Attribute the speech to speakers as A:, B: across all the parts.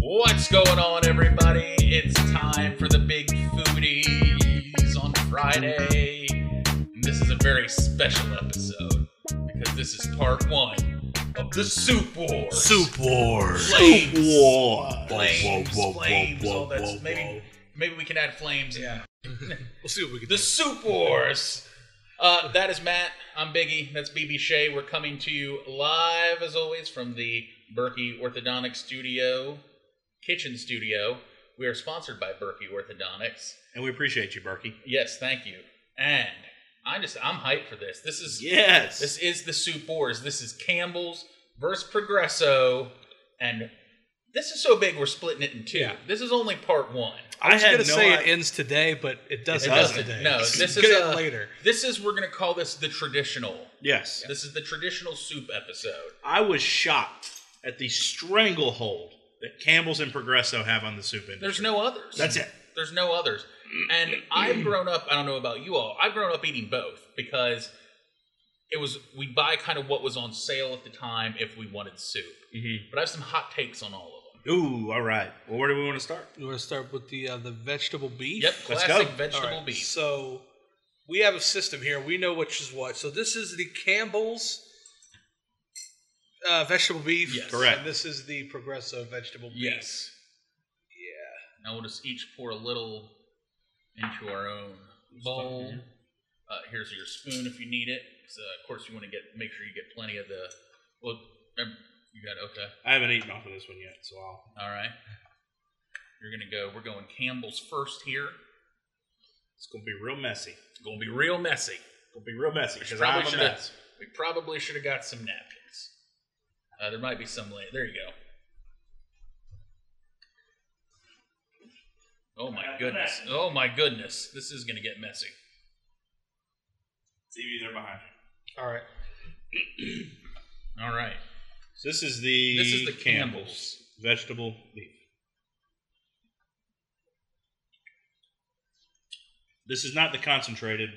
A: What's going on, everybody? It's time for the big foodies on Friday. And this is a very special episode because this is part one of the Soup Wars.
B: Soup Wars.
A: Flames.
B: War.
A: Flames. flames. all that's maybe, maybe we can add flames. Yeah.
B: We'll see what we can
A: The Soup Wars. Uh, that is Matt. I'm Biggie. That's BB Shea. We're coming to you live, as always, from the Berkey Orthodontic Studio, Kitchen Studio. We are sponsored by Berkey Orthodontics.
B: And we appreciate you, Berkey.
A: Yes, thank you. And I just, I'm hyped for this. This is
B: Yes.
A: this is the Soup Wars. This is Campbell's versus Progresso, and this is so big we're splitting it in two.
C: Yeah.
A: This is only part one.
C: I was
B: had
C: gonna
B: no
C: say
B: i-
C: it ends today, but it doesn't.
A: It doesn't.
C: Today.
A: No, this is
C: Get
A: a-
C: it later.
A: This is we're gonna call this the traditional.
B: yes.
A: This is the traditional soup episode.
B: I was shocked at the stranglehold that Campbell's and Progresso have on the soup industry.
A: There's no others.
B: That's it.
A: There's no others. And I've grown up, I don't know about you all, I've grown up eating both because it was, we'd buy kind of what was on sale at the time if we wanted soup.
B: Mhm.
A: But I have some hot takes on all of them.
B: Ooh, all right. Well, where do we want to start?
C: You want to start with the uh, the vegetable beef?
A: Yep,
B: Let's
A: classic
B: go.
C: All
A: vegetable
C: right,
A: beef.
C: So we have a system here. We know which is what. So this is the Campbell's uh, vegetable beef.
A: Yes.
B: Correct.
C: And this is the Progresso vegetable beef.
A: Yes.
C: Yeah.
A: Now we'll just each pour a little into our own bowl. Uh, here's your spoon if you need it. 'Cause, uh, of course, you want to get make sure you get plenty of the. Well, um, you got okay.
B: I haven't eaten off of this one yet, so I'll.
A: All right. You're gonna go. We're going Campbell's first here.
B: It's gonna be real messy.
A: It's gonna be real messy.
B: It's gonna be real messy because
A: probably
B: I'm a
A: should've-
B: mess.
A: We probably should have got some napkins. Uh, there might be some late. There you go. Oh my goodness. Oh my goodness. This is gonna get messy.
B: TV, they're behind. you.
C: All right.
A: All right.
B: So this is the
A: This is the
B: Campbell's vegetable beef. This is not the concentrated.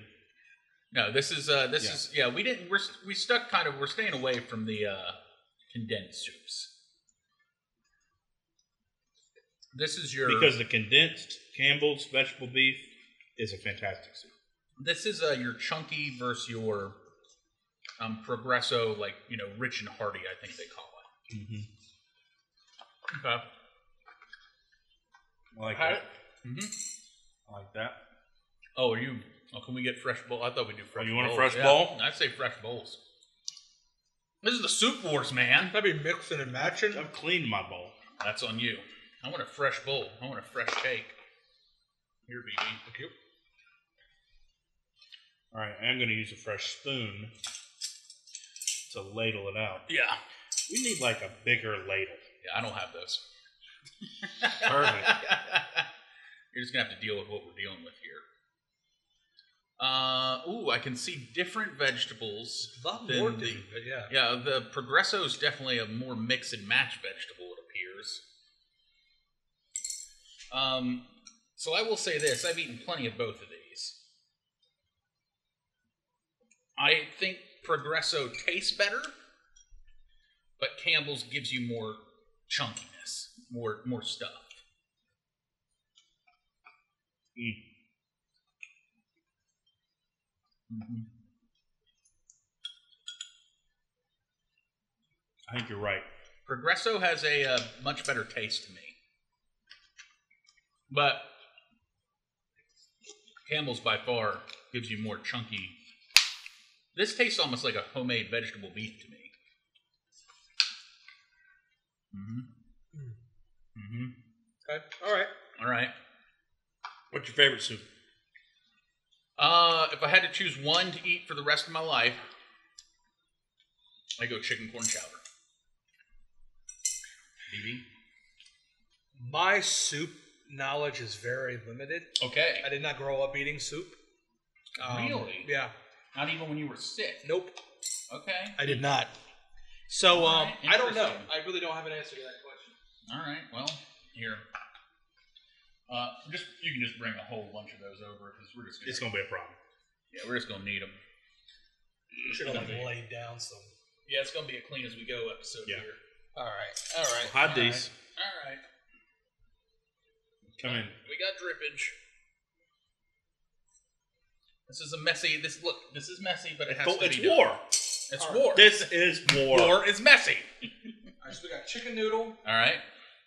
A: No, this is uh, this
B: Yeah.
A: is yeah. We didn't. We're s- we stuck kind of. We're staying away from the uh, condensed soups. This is your
B: Because the condensed Campbell's vegetable beef is a fantastic soup.
A: this is uh, your chunky versus your um, progresso, like you know, rich and hearty. I think they call it.
B: Mm-hmm.
A: Okay.
B: I like
A: How-
B: that.
A: hmm
B: I like that.
A: Oh, are you? Oh, can we get fresh bowl? I thought we do fresh.
B: Oh, you want a
A: bowls.
B: fresh
A: Yeah,
B: bowl?
A: I'd say fresh bowls. This is the soup wars, man.
C: That'd be mixing and matching.
B: I've cleaned my bowl.
A: That's on you. I want a fresh bowl. I want a fresh cake. Here, BB.
B: All right, I am going to use a fresh spoon to ladle it out.
A: Yeah.
B: We need like a bigger ladle.
A: Yeah, I don't have those.
B: Perfect.
A: You're just gonna have to deal with what we're dealing with here. Uh, ooh, I can see different vegetables.
C: A lot
A: than
C: more
A: the-
C: deep. but Yeah.
A: Yeah, the Progresso is definitely a more mix and match vegetable. It appears. Um, so I will say this: I've eaten plenty of both of these. I think Progresso tastes better, but Campbell's gives you more chunkiness, more more stuff.
B: Mm.
A: Mm-hmm.
B: I think you're right.
A: Progresso has a uh, much better taste to me, but Campbell's by far gives you more chunky. This tastes almost like a homemade vegetable beef to me. Mm-hmm.
C: Mm.
A: Mm-hmm.
C: Okay. All right.
A: All right.
B: What's your favorite soup?
A: Uh, if I had to choose one to eat for the rest of my life, I go chicken corn chowder. BB.
C: My soup knowledge is very limited.
A: Okay.
C: I did not grow up eating soup. Um,
A: Really?
C: Yeah.
A: Not even when you were sick.
C: Nope.
A: Okay.
C: I did not. So um,
A: Alright,
C: I don't know.
A: interesting.
C: I really don't have an answer to that question.
A: All right. Well, here. Uh, just you can just bring a whole bunch of those over because we're just gonna,
B: It's going to be a problem.
A: yeah we're just gonna need them.
C: Should have like laid down some.
A: Yeah, it's gonna be a clean as we go episode
B: Yeah.
A: here.
C: All right. All right.
B: Hide these.
A: All right.
B: Come in.
A: We got drippage. This is a messy. This look. This is messy, but it has
B: Oh,
A: to
B: it's
A: be. done.
B: war.
A: It's
C: All right.
A: war.
B: This is war.
A: war is messy.
C: All right, so we got chicken noodle.
A: All right.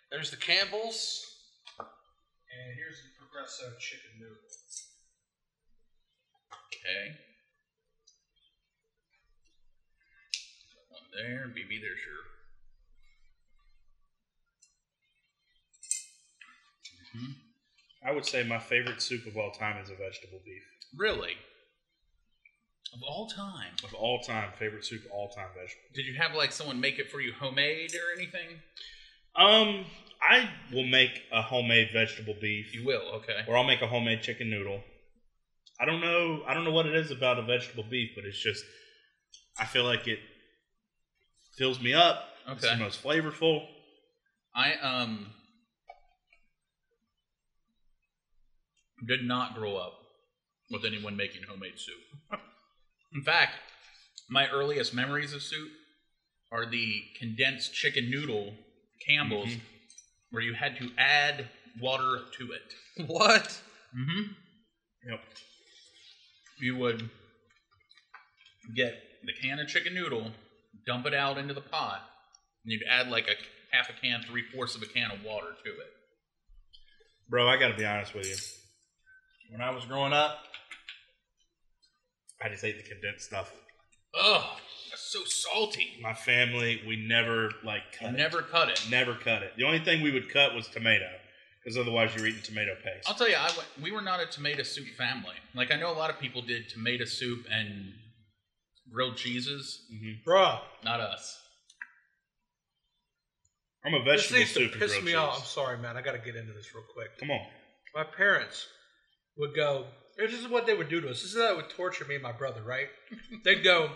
C: There's the Campbell's. And here's the Progresso chicken noodle.
A: Okay. Got One there, BB. There's your. Mm-hmm.
B: I would say my favorite soup of all time is a vegetable beef.
A: Really. Of all time,
B: Of all time, favorite soup, all time vegetable.
A: did you have like someone make it for you homemade or anything?
B: Um, I will make a homemade vegetable beef,
A: You will. Okay.
B: or I'll make a homemade chicken noodle. I don't know. I don't know what it is about a vegetable beef, but it's just I feel like it fills me up. It's the
A: Okay.
B: most flavorful.
A: I um did not grow up with anyone making homemade soup. In fact, my earliest memories of soup are the condensed chicken noodle Campbell's,
B: Mhm.
A: where you had to add water to it.
C: What?
A: Mm-hmm.
B: Yep.
A: You would get the can of chicken noodle, dump it out into the pot, and you'd add like a half a can, three fourths of a can of water to it.
B: Bro, I gotta be honest with you. When I was growing up, I just ate the condensed stuff.
A: Oh, that's so salty.
B: My family, we never like
A: I
B: cut it.
A: never cut it.
B: Never cut it. The only thing we would cut was tomato, because otherwise you're eating tomato
A: I'll
B: paste.
A: tell you, I went, we were not a tomato soup family. Like I know a lot of people did tomato soup and grilled cheeses.
B: hmm
C: Bruh.
A: Not us.
B: I'm a
C: This
B: vegetable
C: needs to
B: soup. and
C: piss
B: grilled
C: me
B: cheese.
C: off. I'm sorry, man. I got to get into this real quick.
B: Come on.
C: My parents would go, this is what they would do to us. This is how it would torture me and my brother, right? They'd go,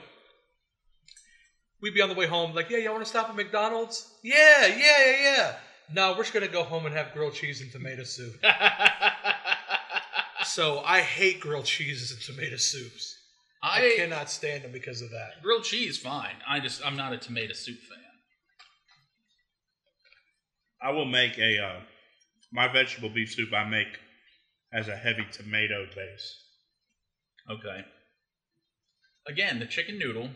C: we'd be on the way home, like, yeah, y'all want to stop at McDonald's? Yeah, yeah, yeah, yeah. No, we're just going to go home and have grilled cheese and tomato soup. so I hate grilled cheeses and tomato soups. I,
A: I,
C: cannot stand them because of that.
A: grilled cheese, fine. I just I'm not a tomato soup fan.
B: I will make a uh, my vegetable beef soup. I make as a heavy tomato base.
A: Okay. Again, the chicken noodle.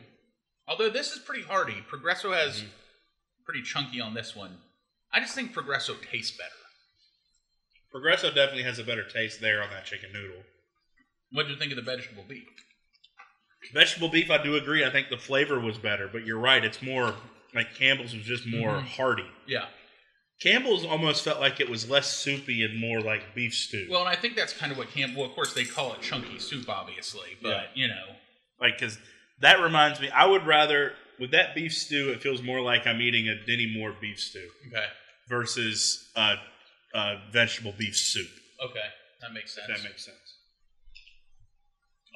A: Although this is pretty hearty. Progresso has
B: Mhm.
A: pretty chunky on this one. I just think Progresso tastes better.
B: Progresso definitely has a better taste there on that chicken noodle.
A: What do you think of the vegetable beef?
B: Vegetable beef, I do agree. I think the flavor was better, but you're right. It's more like Campbell's was just more
A: Mhm.
B: hearty.
A: Yeah.
B: Campbell's almost felt like it was less soupy and more like beef stew.
A: Well, and I think that's kind of what Camp. Well, of course they call it chunky soup, obviously, but
B: Yeah.
A: you know,
B: Like, because that reminds me, I would rather, with that beef stew, it feels more like I'm eating a Denny Moore beef stew
A: okay,
B: versus a, a vegetable beef soup,
A: okay, that makes sense.
B: if that makes sense.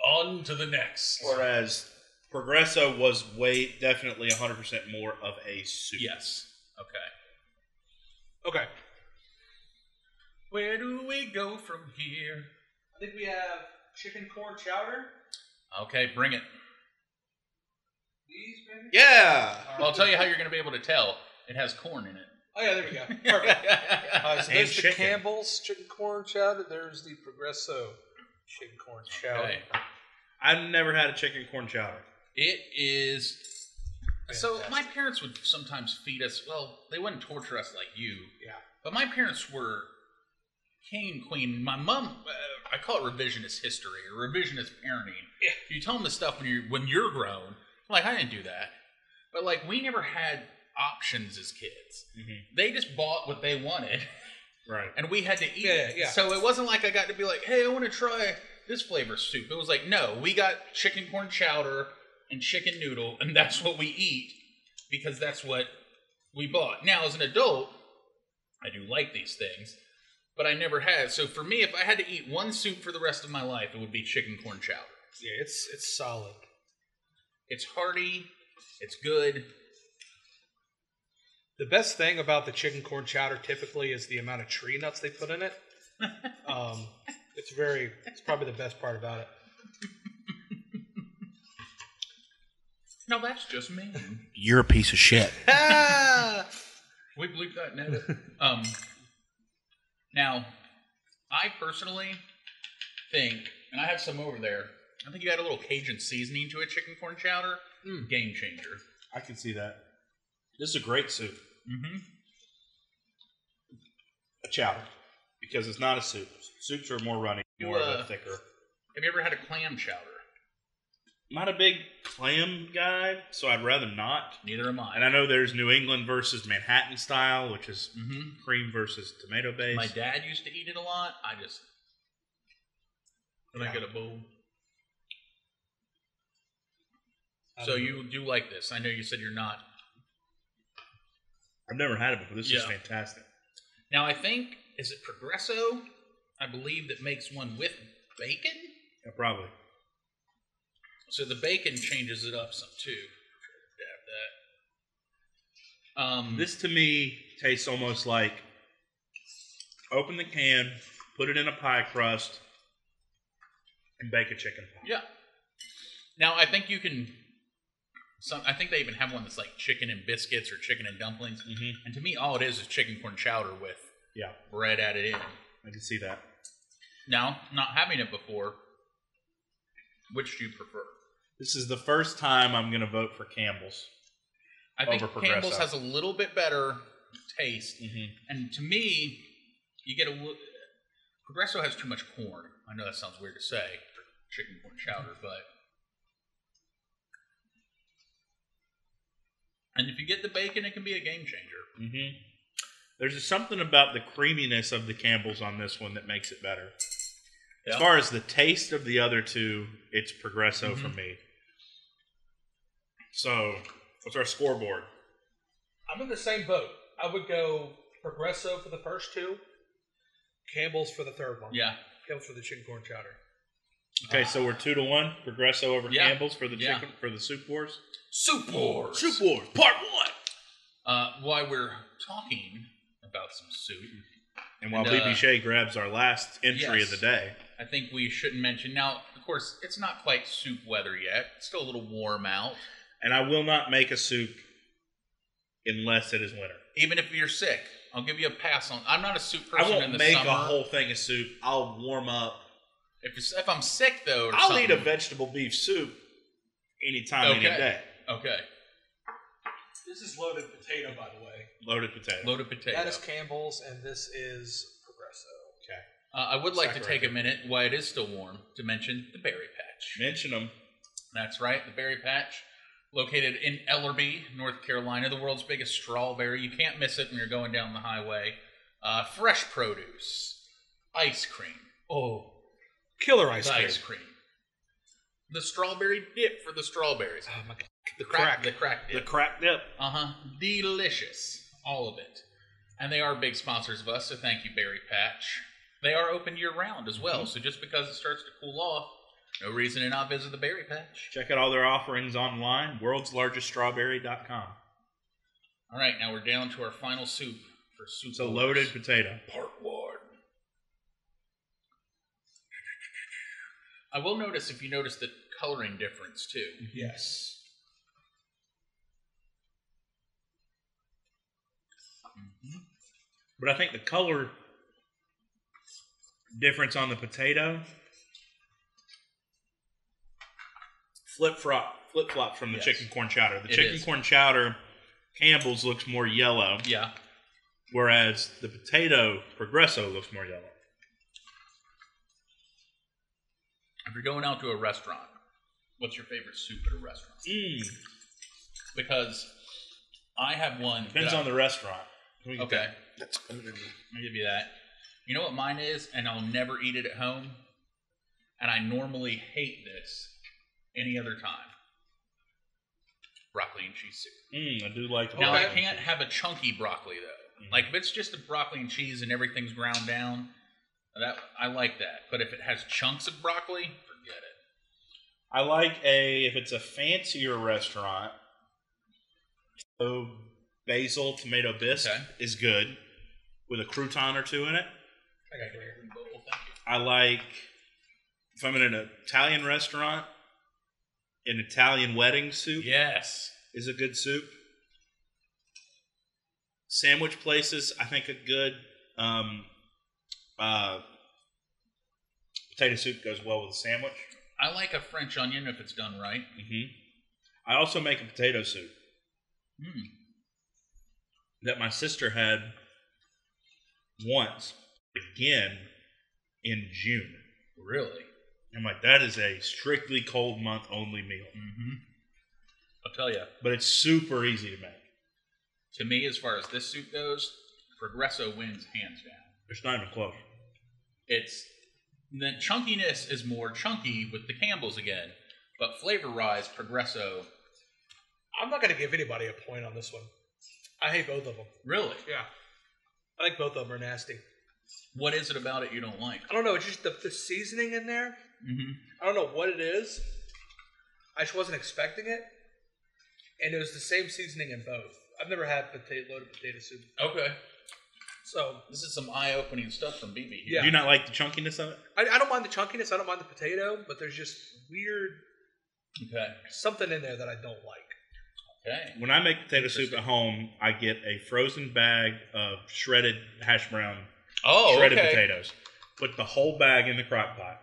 A: On to the next.
B: Whereas Progresso was way, definitely 100% more of a soup.
A: Yes. Okay.
C: Okay.
A: Where do we go from here?
C: I think we have chicken corn chowder.
A: Okay, bring it.
C: These, maybe?
B: Yeah.
A: Well, I'll tell you how you're going to be able to tell. It has corn in it.
C: Oh, yeah, there we go. Perfect. Uh, so
B: And
C: there's
B: chicken.
C: the Campbell's chicken corn chowder. There's the Progresso chicken corn chowder.
A: okay.
B: I've never had a chicken corn chowder.
A: It is. So my
C: Fantastic.
A: parents would sometimes feed us. Well, they wouldn't torture us like you.
C: Yeah.
A: But my parents were king queen. My mom, uh, I call it revisionist history or revisionist parenting.
C: Yeah.
A: You tell them the stuff when you when you're grown. Like I didn't do that. But like we never had options as kids.
B: Mm-hmm.
A: They just bought what they wanted,
B: Right.
A: and we had to eat.
C: Yeah,
A: it.
C: yeah.
A: So it wasn't like I got to be like, hey, I want to try this flavor soup. It was like, no, we got chicken corn chowder and chicken noodle, and that's what we eat because that's what we bought. Now, as an adult, I do like these things, but I never had. So for me, if I had to eat one soup for the rest of my life, it would be chicken corn chowder.
C: Yeah, it's it's solid.
A: It's hearty, it's good.
C: The best thing about the chicken corn chowder typically is the amount of tree nuts they put in it. um, it's very. It's probably the best part about it.
A: No, that's just me.
B: You're a piece of shit.
A: we bleep that now. um, now I personally think, and I have some over there. I think you add a little Cajun seasoning to a chicken corn chowder.
C: Mm.
A: Game changer.
B: I can see that. This is a great soup,
A: Mm-hmm.
B: a chowder, because it's not a soup. Soups are more runny,
A: You,
B: more of
A: uh,
B: a thicker.
A: Have you ever had a clam chowder?
B: not a big clam guy, so I'd rather not.
A: Neither am I.
B: And I know there's New England versus Manhattan style, which is
A: hmm
B: cream versus tomato base.
A: My dad used to eat it a lot. I just when I
B: Yeah.
A: get a bowl.
C: Um,
A: So you do like this? I know you said you're not.
B: I've never had it before. This is
A: Yeah.
B: fantastic.
A: Now I think is it Progresso? I believe that makes one with bacon.
B: Yeah, probably.
A: So the bacon changes it up some too. Dab that. Um,
B: This to me tastes almost like open the can, put it in a pie crust, and bake a chicken pie.
A: Yeah. Now I think you can. Some I think they even have one that's like chicken and biscuits or chicken and dumplings.
B: Mm-hmm.
A: And to me, all it is is chicken corn chowder with
B: Yeah,
A: bread added in.
B: I can see that.
A: Now, not having it before, which do you prefer?
B: This is the first time I'm going to vote for Campbell's.
A: I think
B: Over Progresso.
A: Campbell's has a little bit better taste,
B: Mm-hmm.
A: and to me, you get a wo- Progresso has too much corn. I know that sounds weird to say, for chicken corn chowder, but and if you get the bacon, it can be a game changer.
B: hmm There's just something about the creaminess of the Campbell's on this one that makes it better. As
A: Yeah.
B: far as the taste of the other two, it's Progresso for
A: Mhm.
B: me. So, what's our scoreboard?
C: I'm in the same boat. I would go Progresso for the first two, Campbell's for the third one.
A: Yeah,
C: Campbell's for the chicken corn chowder.
B: Okay,
A: Ah.
B: so we're two to one. Progresso over
A: Yeah.
B: Campbell's for the
A: Yeah.
B: chicken for the soup wars.
A: soup wars.
B: wars part one.
A: Uh, while we're talking about some soup,
B: And while
A: And, uh,
B: BB Shea grabs our last entry
A: yes.
B: of the day,
A: I think we shouldn't mention. Now, of course, it's not quite soup weather yet. It's still a little warm out.
B: and I will not make a soup unless it is winter.
A: Even if you're sick, I'll give you a pass on. I'm not a soup person in
B: I won't
A: the
B: make
A: summer.
B: a whole thing of soup. I'll warm up
A: if, you're, if I'm sick though, or
B: I'll
A: something-
B: eat a vegetable beef soup anytime,
A: Okay.
B: any day.
A: Okay,
C: This is loaded potato, by the way.
B: Loaded potato.
A: loaded potato.
C: That is Campbell's, and this is Progresso.
A: uh, I would like to
B: Saccharine.
A: take a minute while it is still warm to mention the berry patch.
B: Mention them.
A: That's right, the berry patch, located in Ellerby, North Carolina, the world's biggest strawberry. You can't miss it when you're going down the highway. Uh, fresh produce, ice cream. Oh,
C: Killer
A: ice cream. The strawberry dip for the strawberries.
C: Oh my god. The
A: The crack
B: The
A: dip.
B: crack dip.
A: uh huh. Delicious. All of it. And they are big sponsors of us, so thank you, Berry Patch. They are open year round as
B: Mm-hmm.
A: well, so just because it starts to cool off, no reason to not visit the Berry Patch.
B: Check out all their offerings online. Worldslargeststrawberry.com.
A: All right, now we're down to our final soup for soup.
B: It's a
A: Wars.
B: loaded potato.
A: part one. I will notice if you notice the coloring difference too.
C: Yes.
B: Mm-hmm. But I think the color difference on the potato flip flop flip flops from the
A: Yes.
B: chicken corn chowder. The
A: It
B: chicken
A: is.
B: corn chowder Campbell's looks more yellow,
A: Yeah.
B: whereas the potato Progresso looks more yellow.
A: If you're going out to a restaurant, what's your favorite soup at a restaurant?
B: Mm.
A: Because I have one. that
B: Depends
A: I-
B: on the restaurant. We can-
A: Okay. I'll give you that. You know what mine is, and I'll never eat it at home. And I normally hate this any other time. Broccoli and cheese soup.
B: Mm, I do like.
A: Now I
C: Okay.
A: can't have a chunky broccoli though.
B: Mhm.
A: Like if it's just a broccoli and cheese and everything's ground down, that I like that. But if it has chunks of broccoli, forget it.
B: I like a if it's a fancier restaurant. So basil tomato bisque
A: Okay.
B: is good with a crouton or two in it.
C: I got it right here.
A: Bowl, thank you.
B: I like if I'm in an Italian restaurant, an Italian wedding soup
A: Yes.
B: is a good soup. Sandwich places I think are good. Um, uh, Potato soup goes well with a sandwich.
A: I like a French onion if it's done right.
B: hmm I also make a potato soup
A: Mm.
B: that my sister had once again in June.
A: Really?
B: I'm like, that is a strictly cold month only meal,
A: Mm-hmm. I'll tell you.
B: but it's super easy to make.
A: To me, as far as this soup goes, Progresso wins hands down.
B: It's not even close.
A: It's the chunkiness is more chunky with the Campbell's again, but flavor-wise, Progresso
C: I'm not going to give anybody a point on this one. I hate both of them.
A: really.
C: Yeah. I think both of them are nasty.
A: What is it about it you don't like?
C: I don't know. It's just the, the seasoning in there.
A: Mm-hmm.
C: I don't know what it is. I just wasn't expecting it. And it was the same seasoning in both. I've never had potato loaded potato soup.
A: Okay.
C: So
A: This is some eye-opening stuff from BB. here.
C: Yeah.
B: Do you not like the chunkiness of it?
C: I, I don't mind the chunkiness. I don't mind the potato, but there's just weird
A: Okay.
C: something in there that I don't like.
A: Okay.
B: When I make potato soup at home, I get a frozen bag of shredded hash brown,
A: Oh,
B: shredded potatoes. Put the whole bag in the crock pot.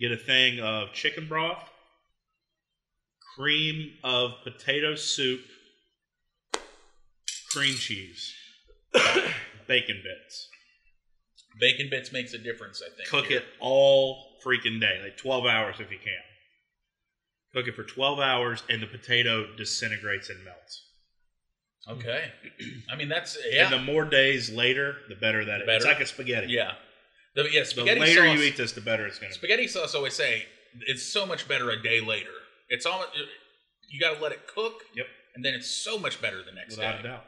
B: Get a thing of chicken broth, cream of potato soup, cream cheese, bacon bits.
A: Bacon bits makes a difference, I think.
B: Cook
A: here.
B: it all freaking day, like 12 hours if you can. Cook it for 12 hours and the potato disintegrates and melts.
A: Okay. I mean, that's yeah,
B: And the more days later, the better that
A: The
B: it-
A: better.
B: It's like a spaghetti.
A: yeah. The, yeah,
B: The
A: spaghetti
B: later
A: sauce.
B: you eat this, the better it's going to be.
A: Spaghetti sauce always say it's so much better a day later. It's all you got to let it cook.
B: Yep.
A: And then it's so much better the next
B: Without
A: day.
B: a doubt.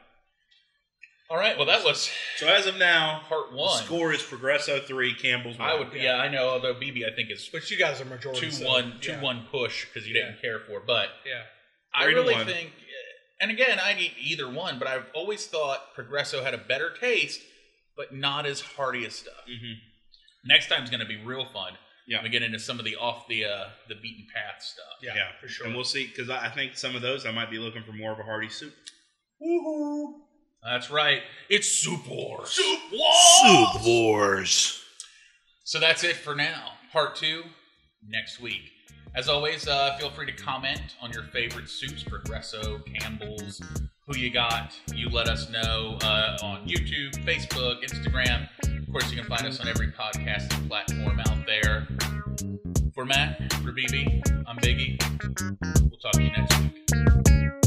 A: All right. Well, that was
B: So as of now,
A: part
B: the
A: one.
B: score is Progresso three, Campbell's one.
A: I would. Yeah. I know. Although BB, I think is
C: But you guys are majority.
A: two
C: so,
A: one two
C: yeah.
A: one push because you didn't care for. But
C: Yeah.
A: I
B: Three to
A: really
B: one.
A: think. And again, I'd eat either one, but I've always thought Progresso had a better taste, but not as hearty as stuff.
B: Mhm.
A: Next time's going to be real fun.
B: Yeah.
A: We get into some of the off the uh, the beaten path stuff.
C: Yeah.
B: Yeah.
C: For sure.
B: And we'll see, because I I think some of those I might be looking for more of a hearty soup.
C: Woohoo!
A: That's right. It's Soup Wars.
D: Soup Wars.
A: So that's it for now. Part two next week. As always, uh, feel free to comment on your favorite soups, Progresso, Campbell's, who you got. You let us know uh, on YouTube, Facebook, Instagram. Of course, you can find us on every podcasting platform out there. For Matt, for BB, I'm Biggie. We'll talk to you next week.